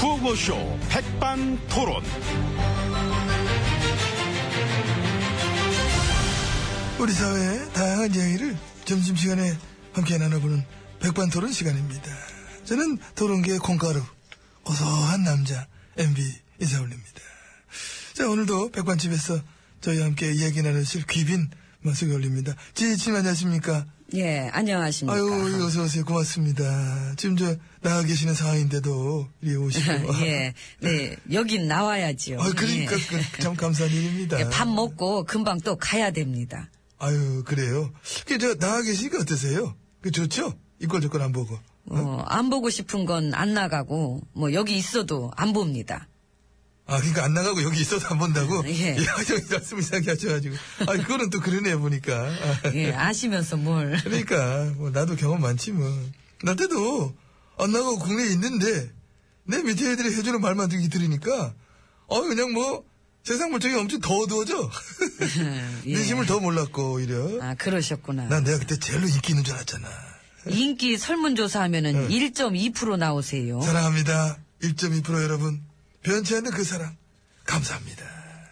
라디오쇼 백반토론. 우리 사회의 다양한 이야기를 점심시간에 함께 나눠보는 백반토론 시간입니다. 저는 토론계의 콩가루, 고소한 남자, MB 인사올립니다. 자, 오늘도 백반집에서 저희와 함께 이야기 나누실 귀빈 마 소개 올립니다. 지혜진 안녕하십니까? 예, 안녕하십니까. 아유, 어서오세요. 고맙습니다. 지금 저 나가 계시는 상황인데도 이리 오시고. 예, 네, 여긴 나와야지요. 아, 그러니까 예. 그, 참 감사한 일입니다. 예, 밥 먹고 금방 또 가야 됩니다. 아유, 그래요. 그, 저, 나가 계시니까 어떠세요? 그, 좋죠? 이걸 저걸 안 보고. 어, 안 보고 싶은 건 안 나가고, 뭐, 여기 있어도 안 봅니다. 아, 그니까 안 나가고 여기 있어도 안 본다고? 예. 저 말씀 이상하게 하셔가지고. 아, 그거는 또 그러네요, 보니까. 아, 예, 아시면서 뭘. 그러니까, 뭐, 나도 경험 많지, 뭐. 나 때도 안 나가고 국내에 있는데, 내 밑에 애들이 해주는 말만 듣기 들으니까, 어, 그냥 뭐, 세상 물정이 엄청 더워져. 예. 내심을 더 몰랐고, 오히려. 아, 그러셨구나. 난 내가 그때 제일로 인기 있는 줄 알았잖아. 인기 설문조사 네. 하면은 1.2% 나오세요. 사랑합니다. 1.2% 여러분. 변치 않는 그 사랑. 감사합니다.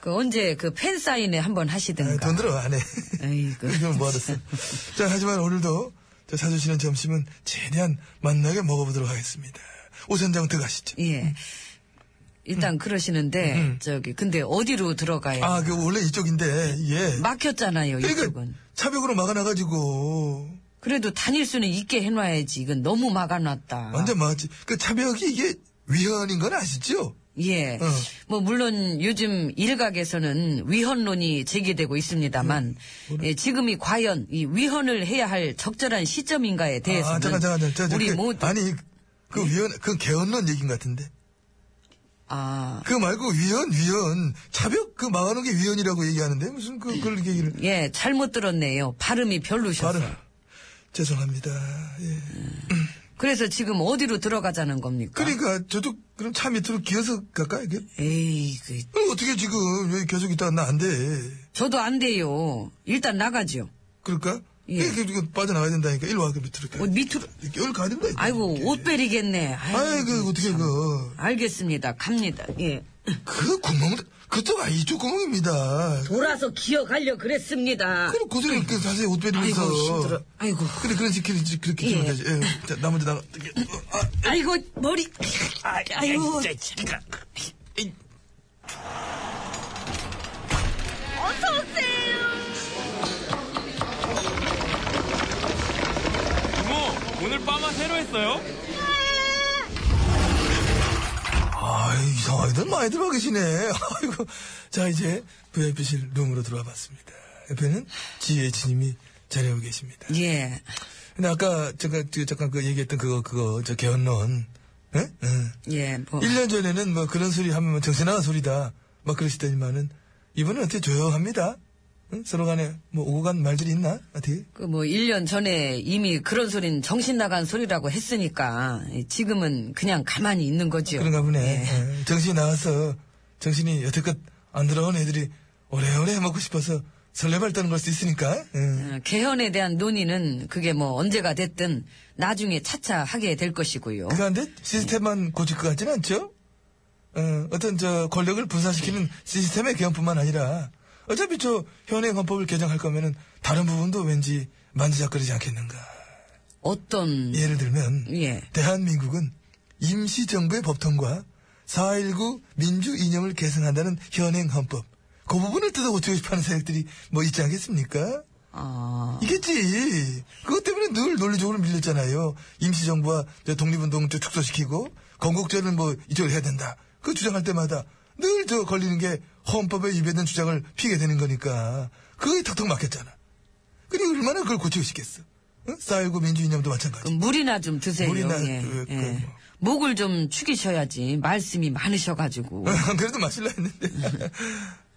그 언제 그 팬사인회 한번 아, 하시든가. 돈 들어, 안 해. 아이고. 그럼 뭐하겠어. 자, 하지만 오늘도 저 사주시는 점심은 최대한 맛나게 먹어보도록 하겠습니다. 오선장 들어가시죠. 예. 일단 그러시는데, 저기, 근데 어디로 들어가요? 음. 아, 그 원래 이쪽인데, 예. 막혔잖아요, 그러니까 이쪽은. 차벽으로 막아놔가지고 그래도 다닐 수는 있게 해놔야지. 이건 너무 막아놨다. 완전 막았지. 그 차벽이 이게 위헌인 건 아시죠? 예. 어. 뭐, 물론 요즘 일각에서는 위헌론이 제기되고 있습니다만, 예, 지금이 과연 이 위헌을 해야 할 적절한 시점인가에 대해서는 아, 잠깐, 잠깐, 잠깐. 저, 저, 네, 우리 그, 모두 예? 아니, 그 위헌, 그 개헌론 얘기인 것 같은데. 아, 그거 말고 위헌, 위헌. 차벽 그 막아놓은 게 위헌이라고 얘기하는데 무슨 그, 그걸 얘기를. 예, 잘못 들었네요. 발음이 별로셔서. 바로. 죄송합니다. 예. 그래서 지금 어디로 들어가자는 겁니까? 그러니까 저쪽 그럼 차 밑으로 기어서 갈까? 이게 에이, 그, 어, 어떻게 지금 여기 계속 있다가 나 안 돼. 저도 안 돼요. 일단 나가죠. 그럴까? 예. 이렇게 지금 빠져나가야 된다니까 일로 와 그 밑으로 가. 어, 밑으로. 이렇게 여기 가야 된다. 아이고, 옷 베리겠네. 아이고, 아이 그 어떻게 참. 그. 알겠습니다. 갑니다. 예. 그 구멍 그쪽 아 이쪽 구멍입니다. 돌아서 기어가려 그랬습니다. 그럼 고생을 그 자세히 옷 아이고, 빼면서. 힘들어. 아이고, 그래 그런 식으로 이제 그렇게 예. 주면 되지. 예. 자, 나 먼저 나가. 이렇게. 어, 아, 아이고, 머리. 아이고. 이모, 오늘 빠마 새로 했어요? 아이, 이상하게들 많이 들어와 계시네. 아이고. 자, 이제 VIP실 룸으로 들어와 봤습니다. 옆에는 지혜진님이 자리하고 계십니다. 예. 근데 아까 잠깐, 그, 잠깐 그 얘기했던 그거, 그거, 저 개헌론. 예? 응. 예, 뭐. 1년 전에는 뭐 그런 소리 하면 뭐 정신나간 소리다. 막 그러시더니만은 이번엔 어떻게 조용합니다. 응? 서로 간에 뭐 오고 간 말들이 있나? 어떻게? 그 뭐, 1년 전에 이미 그런 소린 정신 나간 소리라고 했으니까, 지금은 그냥 가만히 있는 거죠. 그런가 보네. 예. 예. 정신이 나와서 정신이 여태껏 안 들어온 애들이 오래오래 해먹고 싶어서 설레발 떠는 걸 수 있으니까. 예. 어, 개헌에 대한 논의는 그게 뭐 언제가 됐든 나중에 차차 하게 될 것이고요. 그런데 시스템만 고칠 것 같지는 않죠? 어, 어떤 저 권력을 분산시키는 시스템의 개헌뿐만 아니라 어차피 저 현행 헌법을 개정할 거면은 다른 부분도 왠지 만지작거리지 않겠는가. 어떤, 예를 들면 예. 대한민국은 임시정부의 법통과 4.19 민주 이념을 계승한다는 현행 헌법 그 부분을 뜯어 고치고 싶어하는 세력들이 뭐 있지 않겠습니까? 아, 이겠지. 그것 때문에 늘 논리적으로 밀렸잖아요. 임시정부와 저 독립운동 저 축소시키고 건국제는 뭐 이쪽을 해야 된다. 그 주장할 때마다 늘 저 걸리는 게 헌법에 위배된 주장을 피게 되는 거니까 그게 턱턱 막혔잖아. 그리고 얼마나 그걸 고치고 싶겠어. 응? 4.19 민주이념도 그 마찬가지. 물이나 좀 드세요. 물이나 예, 그- 그 예. 뭐. 목을 좀 축이셔야지. 말씀이 많으셔가지고. 그래도 마실라 했는데.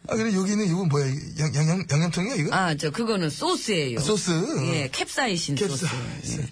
아, 그래, 여기 있는 이건 뭐야? 이거 양, 양념, 양념통이야, 이거? 아, 저, 그거는 소스예요. 아, 소스? 예, 캡사이신 소스. 캡사이신. 예.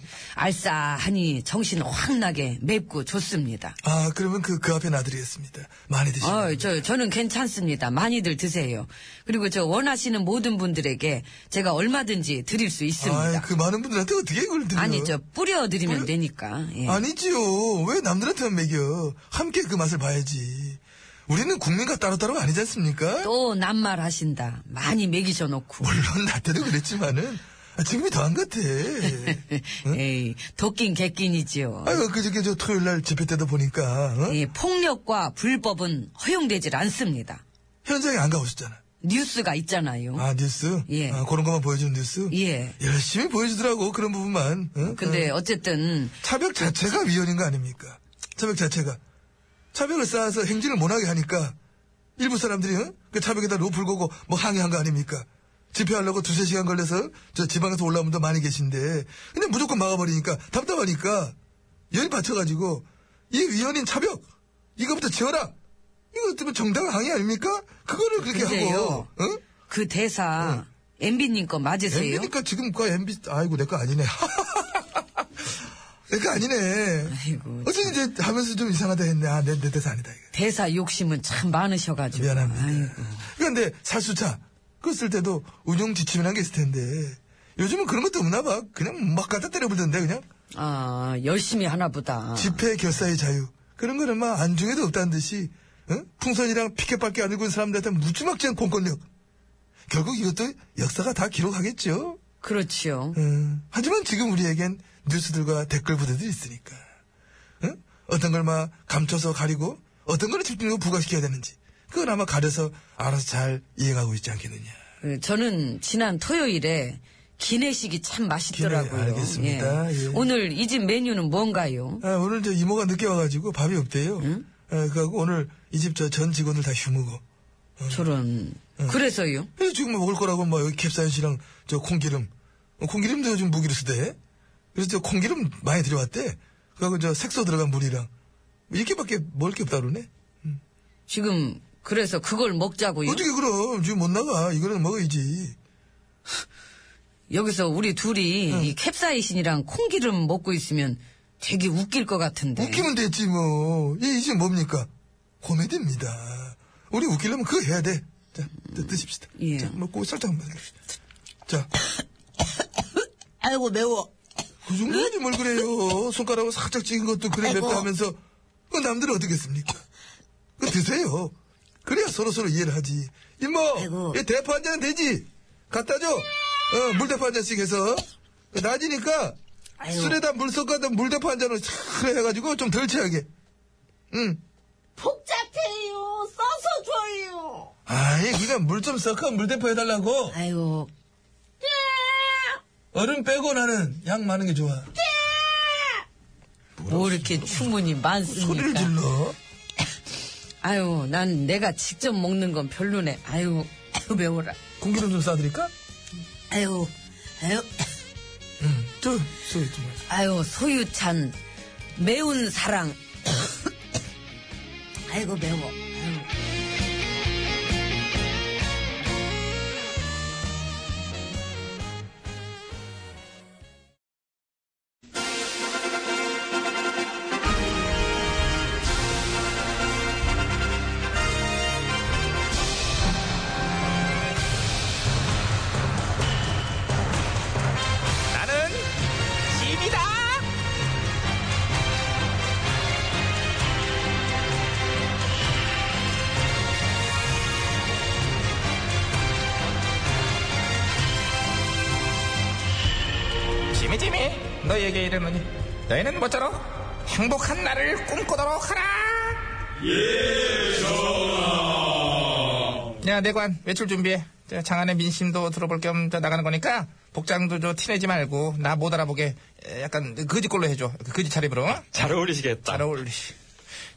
알싸하니 정신 확 나게 맵고 좋습니다. 아, 그러면 그, 그 앞에 놔드리겠습니다. 많이 드시고. 어, 저, 저는 괜찮습니다. 많이들 드세요. 그리고 저 원하시는 모든 분들에게 제가 얼마든지 드릴 수 아, 있습니다. 그 많은 분들한테 어떻게 이걸 드려? 아니, 저, 뿌려드리면 되니까. 예. 아니지요. 왜 남들한테만 먹여? 함께 그 맛을 봐야지. 우리는 국민과 따로따로 아니지 않습니까? 또 남말 하신다. 많이 먹이셔 놓고. 물론 나 때도 그랬지만은 아, 지금이 더 안 같아. 에이, 도끼 개끼니지요. 아유 그저께 저 토요일 날 집회 때도 보니까 어? 예, 폭력과 불법은 허용되질 않습니다. 현장에 안 가보셨잖아. 뉴스가 있잖아요. 아 뉴스. 예. 아, 그런 것만 보여주는 뉴스. 예. 열심히 보여주더라고 그런 부분만. 어? 근데 어. 어쨌든 차벽 자체가 위헌인 거 아닙니까? 차벽 자체가 차벽을 쌓아서 행진을 못하게 하니까 일부 사람들이 어? 그 차벽에다 로프를 고고 뭐 항의한 거 아닙니까? 집회하려고 두세 시간 걸려서 저 지방에서 올라온 분도 많이 계신데 근데 무조건 막아버리니까 답답하니까 열 받쳐가지고 이 위헌인 차벽 이거부터 지어라 이거 어떻게 보면 정당 항의 아닙니까? 그거를 그렇게 근데요. 하고 응? 그 대사 MB님 거 맞으세요? MB니까 지금 그 MB 아이고 내 거 아니네. 내 거 아니네. 아이고, 어쨌든 이제 하면서 좀 이상하다 했네. 아, 내, 내 대사 아니다. 이거. 대사 욕심은 참 많으셔가지고. 미안합니다. 아이고. 그런데 살수차 그거 쓸 때도 운용 지침이라는 게 있을 텐데 요즘은 그런 것도 없나 봐. 그냥 막 갖다 때려부던데 그냥 아, 열심히 하나 보다. 집회 결사의 자유 그런 거는 막 안중에도 없다는 듯이 어? 풍선이랑 피켓밖에 안 들고 있는 사람들한테 무지막지한 공권력. 결국 이것도 역사가 다 기록하겠죠. 그렇지요. 음, 하지만 지금 우리에겐 뉴스들과 댓글 부대들이 있으니까. 응? 어떤 걸 막 감춰서 가리고 어떤 걸 집중적으로 부각시켜야 되는지 그건 아마 가려서 알아서 잘 이해가고 있지 않겠느냐. 그, 저는 지난 토요일에 기내식이 참 맛있더라고요. 기내, 알겠습니다. 예. 예. 오늘 이 집 메뉴는 뭔가요? 아, 오늘 저 이모가 늦게 와가지고 밥이 없대요. 아, 그하고 오늘 이 집 저 전 직원들 다 휴무고. 저런. 그래서요? 그래서 지금 뭐 먹을 거라고 막 여기 캡사이신이랑 저 콩기름. 어, 콩기름도 요즘 무기로 쓰대. 그래서 저 콩기름 많이 들여왔대. 그하고 저 색소 들어간 물이랑. 뭐 이렇게밖에 먹을 게 없다 그러네. 지금 그래서 그걸 먹자고요? 어떻게 그럼 지금 못 나가 이거는 먹어야지 여기서 우리 둘이 이 캡사이신이랑 콩기름 먹고 있으면 되게 웃길 것 같은데. 웃기면 됐지 뭐 이- 이게 뭡니까 코미디입니다 우리 웃기려면 그거 해야 돼자 드십시다 예. 자 먹고 살짝만 자그 아이고 매워. 그 정도지 뭘 그래요 손가락으로 살짝 찍은 것도 그래 맵다 하면서 그 남들은 어떻겠습니까 그 드세요 그래야 서로서로 이해를 하지 이모 이 대파 한 잔은 되지 갖다 줘 어, 물대파 한 잔씩 해서 그 낮이니까 아이고. 술에다 물 섞어서 물대파 한 잔을 싹 해가지고 좀 덜 취하게. 응. 복잡해요. 써서 줘요. 아이, 그냥 물 좀 섞어 물대파 해달라고. 아이고 얼음 빼고 나는 양 많은 게 좋아. 뭐 이렇게 충분히 많습니까? 소리를 질러. 아유 난 내가 직접 먹는 건 별로네. 아유 아유, 매워라. 공기름 좀 싸드릴까? 아유 아유 응. 저, 소리 좀 마세요. 아유 소유찬 매운 사랑. 아이고 매워. 아유. 나는 집이다. 지미 지미 너희에게 이르노니 너희는 모쪼록 행복한 날을 꿈꾸도록 하라. 예, 전하. 야, 내관 외출 준비해. 자, 장안의 민심도 들어볼 겸 저, 나가는 거니까 복장도 저 티내지 말고 나 못 알아보게 에, 약간 거지꼴로 해줘. 그 거지 차림으로. 어? 잘 어울리시겠다. 잘 어울리.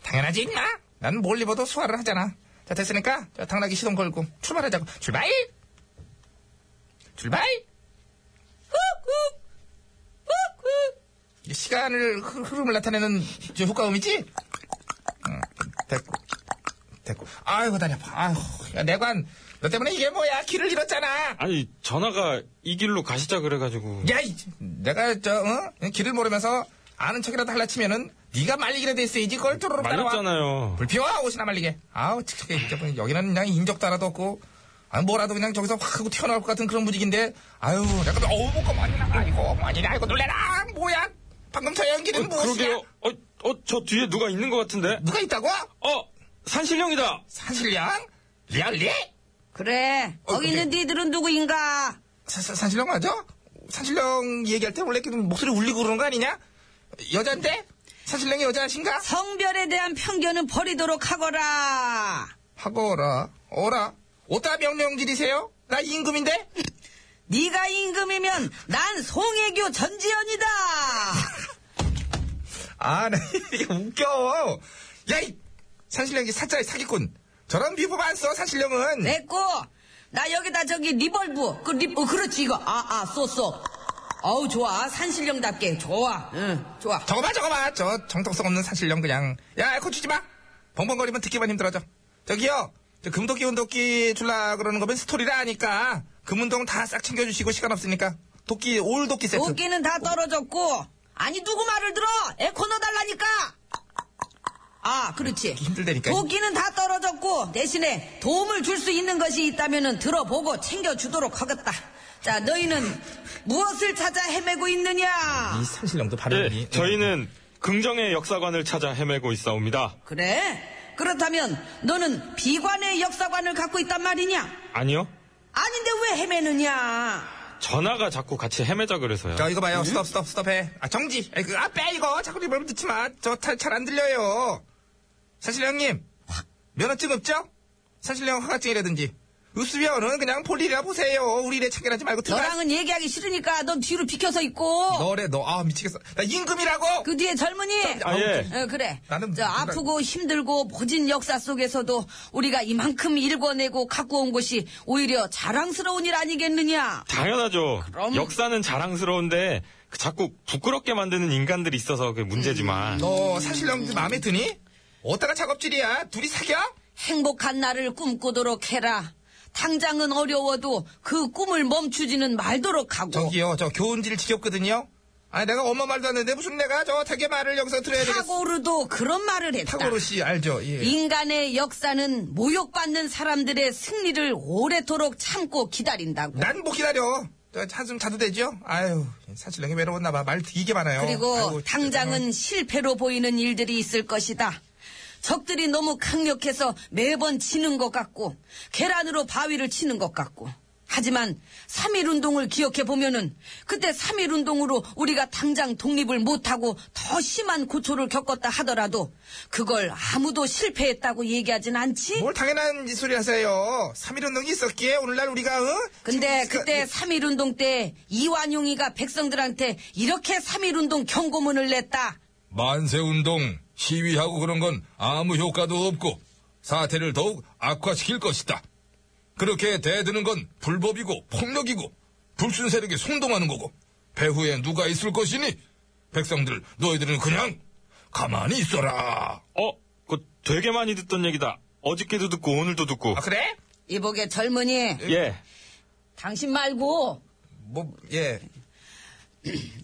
당연하지 임마. 난 뭘 입어도 수화를 하잖아. 자 됐으니까 저 당나귀 시동 걸고 출발하자고. 출발. 출발. 이 시간을 흐- 흐름을 나타내는 저 효과음 있지? 음, 어, 됐고. 됐고. 아이고, 다리 아파. 아이고, 야, 내관, 너 때문에 이게 뭐야? 길을 잃었잖아. 아니 전화가 이 길로 가시자 그래가지고 야, 이, 내가 저 어? 길을 모르면서 아는 척이라도 할라 치면은 네가 말리기라도 했어야지 걸뚜루룩 따라와. 말렸잖아요. 불피워 옷이나 말리게. 아우 칙칙해. 진짜 뭐 여기는 그냥 인적도 하나도 없고. 아, 뭐라도 그냥 저기서 확 하고 튀어나올 것 같은 그런 분위기인데 아유 내가 어우 뭐가 많이 나 아이고 많이 나 아이고 놀래라 뭐야 방금 저 연기는 무엇이야 그러게요. 어, 어, 저 뒤에 누가 있는 것 같은데? 누가 있다고? 어, 산신령이다. 산신령? 리얼리? 그래. 어, 거기 네. 있는 니들은 누구인가? 사- 사- 산신령 맞아? 산신령 얘기할 때 원래 이렇게 좀 목소리 울리고 그러는 거 아니냐? 여잔데? 산신령이 여자신가? 성별에 대한 편견은 버리도록 하거라. 하고 오라 오라 오따 명령질이세요? 나 임금인데? 네가 임금이면 난 송혜교 전지현이다. 아, 나 이게 웃겨. 야, 이 산신령이 사짜의 사기꾼. 저런 비법 안 써, 산신령은. 됐고 나 여기다 저기 리벌브 그 리, 어, 그렇지 이거 아아 쏘쏘. 어우 좋아 산신령답게 좋아 응 좋아 저거 봐, 저거 봐. 저 정통성 없는 산신령 그냥. 야, 에코 주지 마. 벙벙거리면 듣기만 힘들어져. 저기요. 저 금도끼 운도끼 줄라 그러는 거면 스토리라 하니까 금운동 다 싹 챙겨주시고 시간 없으니까 도끼 올 도끼 세트. 도끼는 다 떨어졌고 아니 누구 말을 들어 에코 넣어달라니까 아 그렇지 힘들다니까. 도끼는 다 떨어졌고 대신에 도움을 줄 수 있는 것이 있다면은 들어보고 챙겨주도록 하겠다 자 너희는 무엇을 찾아 헤매고 있느냐 이 산신령도 발음이. 예, 저희는 긍정의 역사관을 찾아 헤매고 있사옵니다. 그래 그렇다면 너는 비관의 역사관을 갖고 있단 말이냐 아니요, 아닌데 왜 헤매느냐 전화가 자꾸 같이 헤매자 그래서요. 저 이거 봐요. 스톱, 스톱, 스톱해. 아, 정지. 에이, 그, 아, 빼, 이거. 자꾸 리벌브 듣지 마. 저, 잘 안 들려요. 사실형님, 면허증 없죠? 사실형 허가증이라든지. 없으면은 그냥 볼일이라 보세요. 우리 일에 참견하지 말고 들어가. 너랑은 얘기하기 싫으니까 넌 뒤로 비켜서 있고 너래, 너. 아, 미치겠어. 나 임금이라고! 그 뒤에 젊은이 아, 예. 어, 그래. 나는 저 뭔가- 아프고 힘들고 보진 역사 속에서도 우리가 이만큼 일궈내고 갖고 온 것이 오히려 자랑스러운 일 아니겠느냐. 당연하죠. 그럼. 역사는 자랑스러운데 그 자꾸 부끄럽게 만드는 인간들이 있어서 그게 문제지만. 너 사실형 그 마음에 드니? 어디다가 작업질이야? 둘이 사겨? 행복한 날을 꿈꾸도록 해라. 당장은 어려워도 그 꿈을 멈추지는 말도록 하고. 저기요, 저 교훈질 지겹거든요? 아, 내가 엄마 말도 안 했는데 무슨 내가 저 되게 말을 여기서 들어야 되겠어. 타고르도 그런 말을 했다. 타고로 씨, 알죠? 예. 인간의 역사는 모욕받는 사람들의 승리를 오래도록 참고 기다린다고. 난 못 기다려. 저 한숨 자도 되죠? 아유, 사실랑이 외로웠나 봐. 말 이게 많아요. 그리고 아이고, 당장은 실패로 보이는 일들이 있을 것이다. 적들이 너무 강력해서 매번 지는 것 같고 계란으로 바위를 치는 것 같고 하지만 3.1 운동을 기억해 보면은 그때 3.1 운동으로 우리가 당장 독립을 못하고 더 심한 고초를 겪었다 하더라도 그걸 아무도 실패했다고 얘기하진 않지? 뭘 당연한 소리 하세요. 3.1 운동이 있었기에 오늘날 우리가 어? 근데 지금 그때 3.1 운동 때 이완용이가 백성들한테 이렇게 3.1 운동 경고문을 냈다. 만세 운동 시위하고 그런 건 아무 효과도 없고 사태를 더욱 악화시킬 것이다. 그렇게 대드는 건 불법이고 폭력이고 불순 세력이 선동하는 거고 배후에 누가 있을 것이니 백성들 너희들은 그냥 가만히 있어라. 어, 그 되게 많이 듣던 얘기다. 어저께도 듣고 오늘도 듣고. 아 그래? 이보게 젊은이 예. 당신 말고 뭐 예.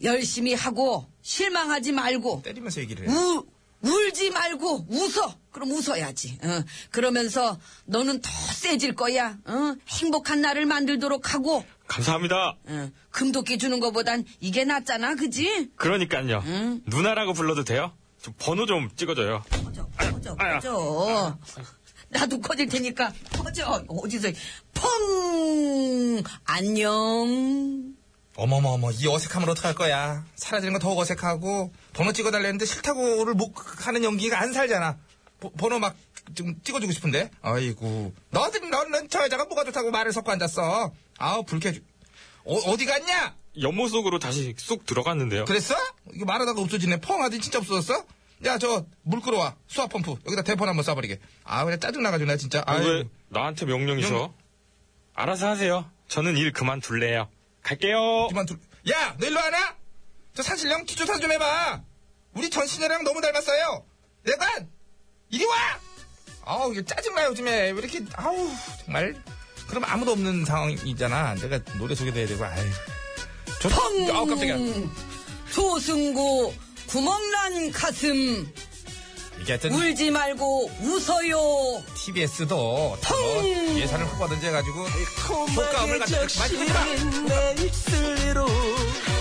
열심히 하고 실망하지 말고 때리면서 얘기를 해. 우, 울지 말고 웃어 그럼 웃어야지 어, 그러면서 너는 더 세질 거야 어, 행복한 날을 만들도록 하고 감사합니다. 어, 금도끼 주는 거보단 이게 낫잖아 그지? 그러니까요. 누나라고 불러도 돼요? 저 번호 좀 찍어줘요. 퍼져 퍼져 퍼져 나도 커질 테니까 퍼져 어디서 펑 안녕 어머머머 이 어색함을 어떡할 거야. 사라지는 건 더욱 어색하고 번호 찍어달랬는데 싫다고를 못 하는 연기가 안 살잖아. 보- 번호 막 좀 찍어주고 싶은데. 아이고 너들 너는 저 여자가 뭐가 좋다고 말을 섞고 앉았어. 아우 불쾌해. 어, 어디 갔냐? 연못 속으로 다시 쑥 들어갔는데요. 그랬어? 이거 말하다가 없어지네. 펑 하더니 진짜 없어졌어? 야, 저, 물 끌어와. 수압펌프. 여기다 대폰 한번 쏴버리게. 아, 그냥 짜증나가지고, 나 진짜. 아, 왜 아유. 나한테 명령이셔? 명- 알아서 하세요. 저는 일 그만둘래요. 갈게요. 그만 둘. 야, 너 일로 와라! 저 산신령 기초사 좀 해봐! 우리 전신여랑 너무 닮았어요! 내관! 이리 와! 아우 이거 짜증나 요즘에 왜 이렇게 아우 정말 그럼 아무도 없는 상황이잖아 내가 노래 소개도 해야 되고 아이 저, 펑! 아우 깜짝이야 조승구 구멍난 가슴 이게 하여튼 울지 말고 웃어요 TBS도 다뭐 펑! 예산을 확보하든지 해가지고 내 효과음을 갖다 많이 입술로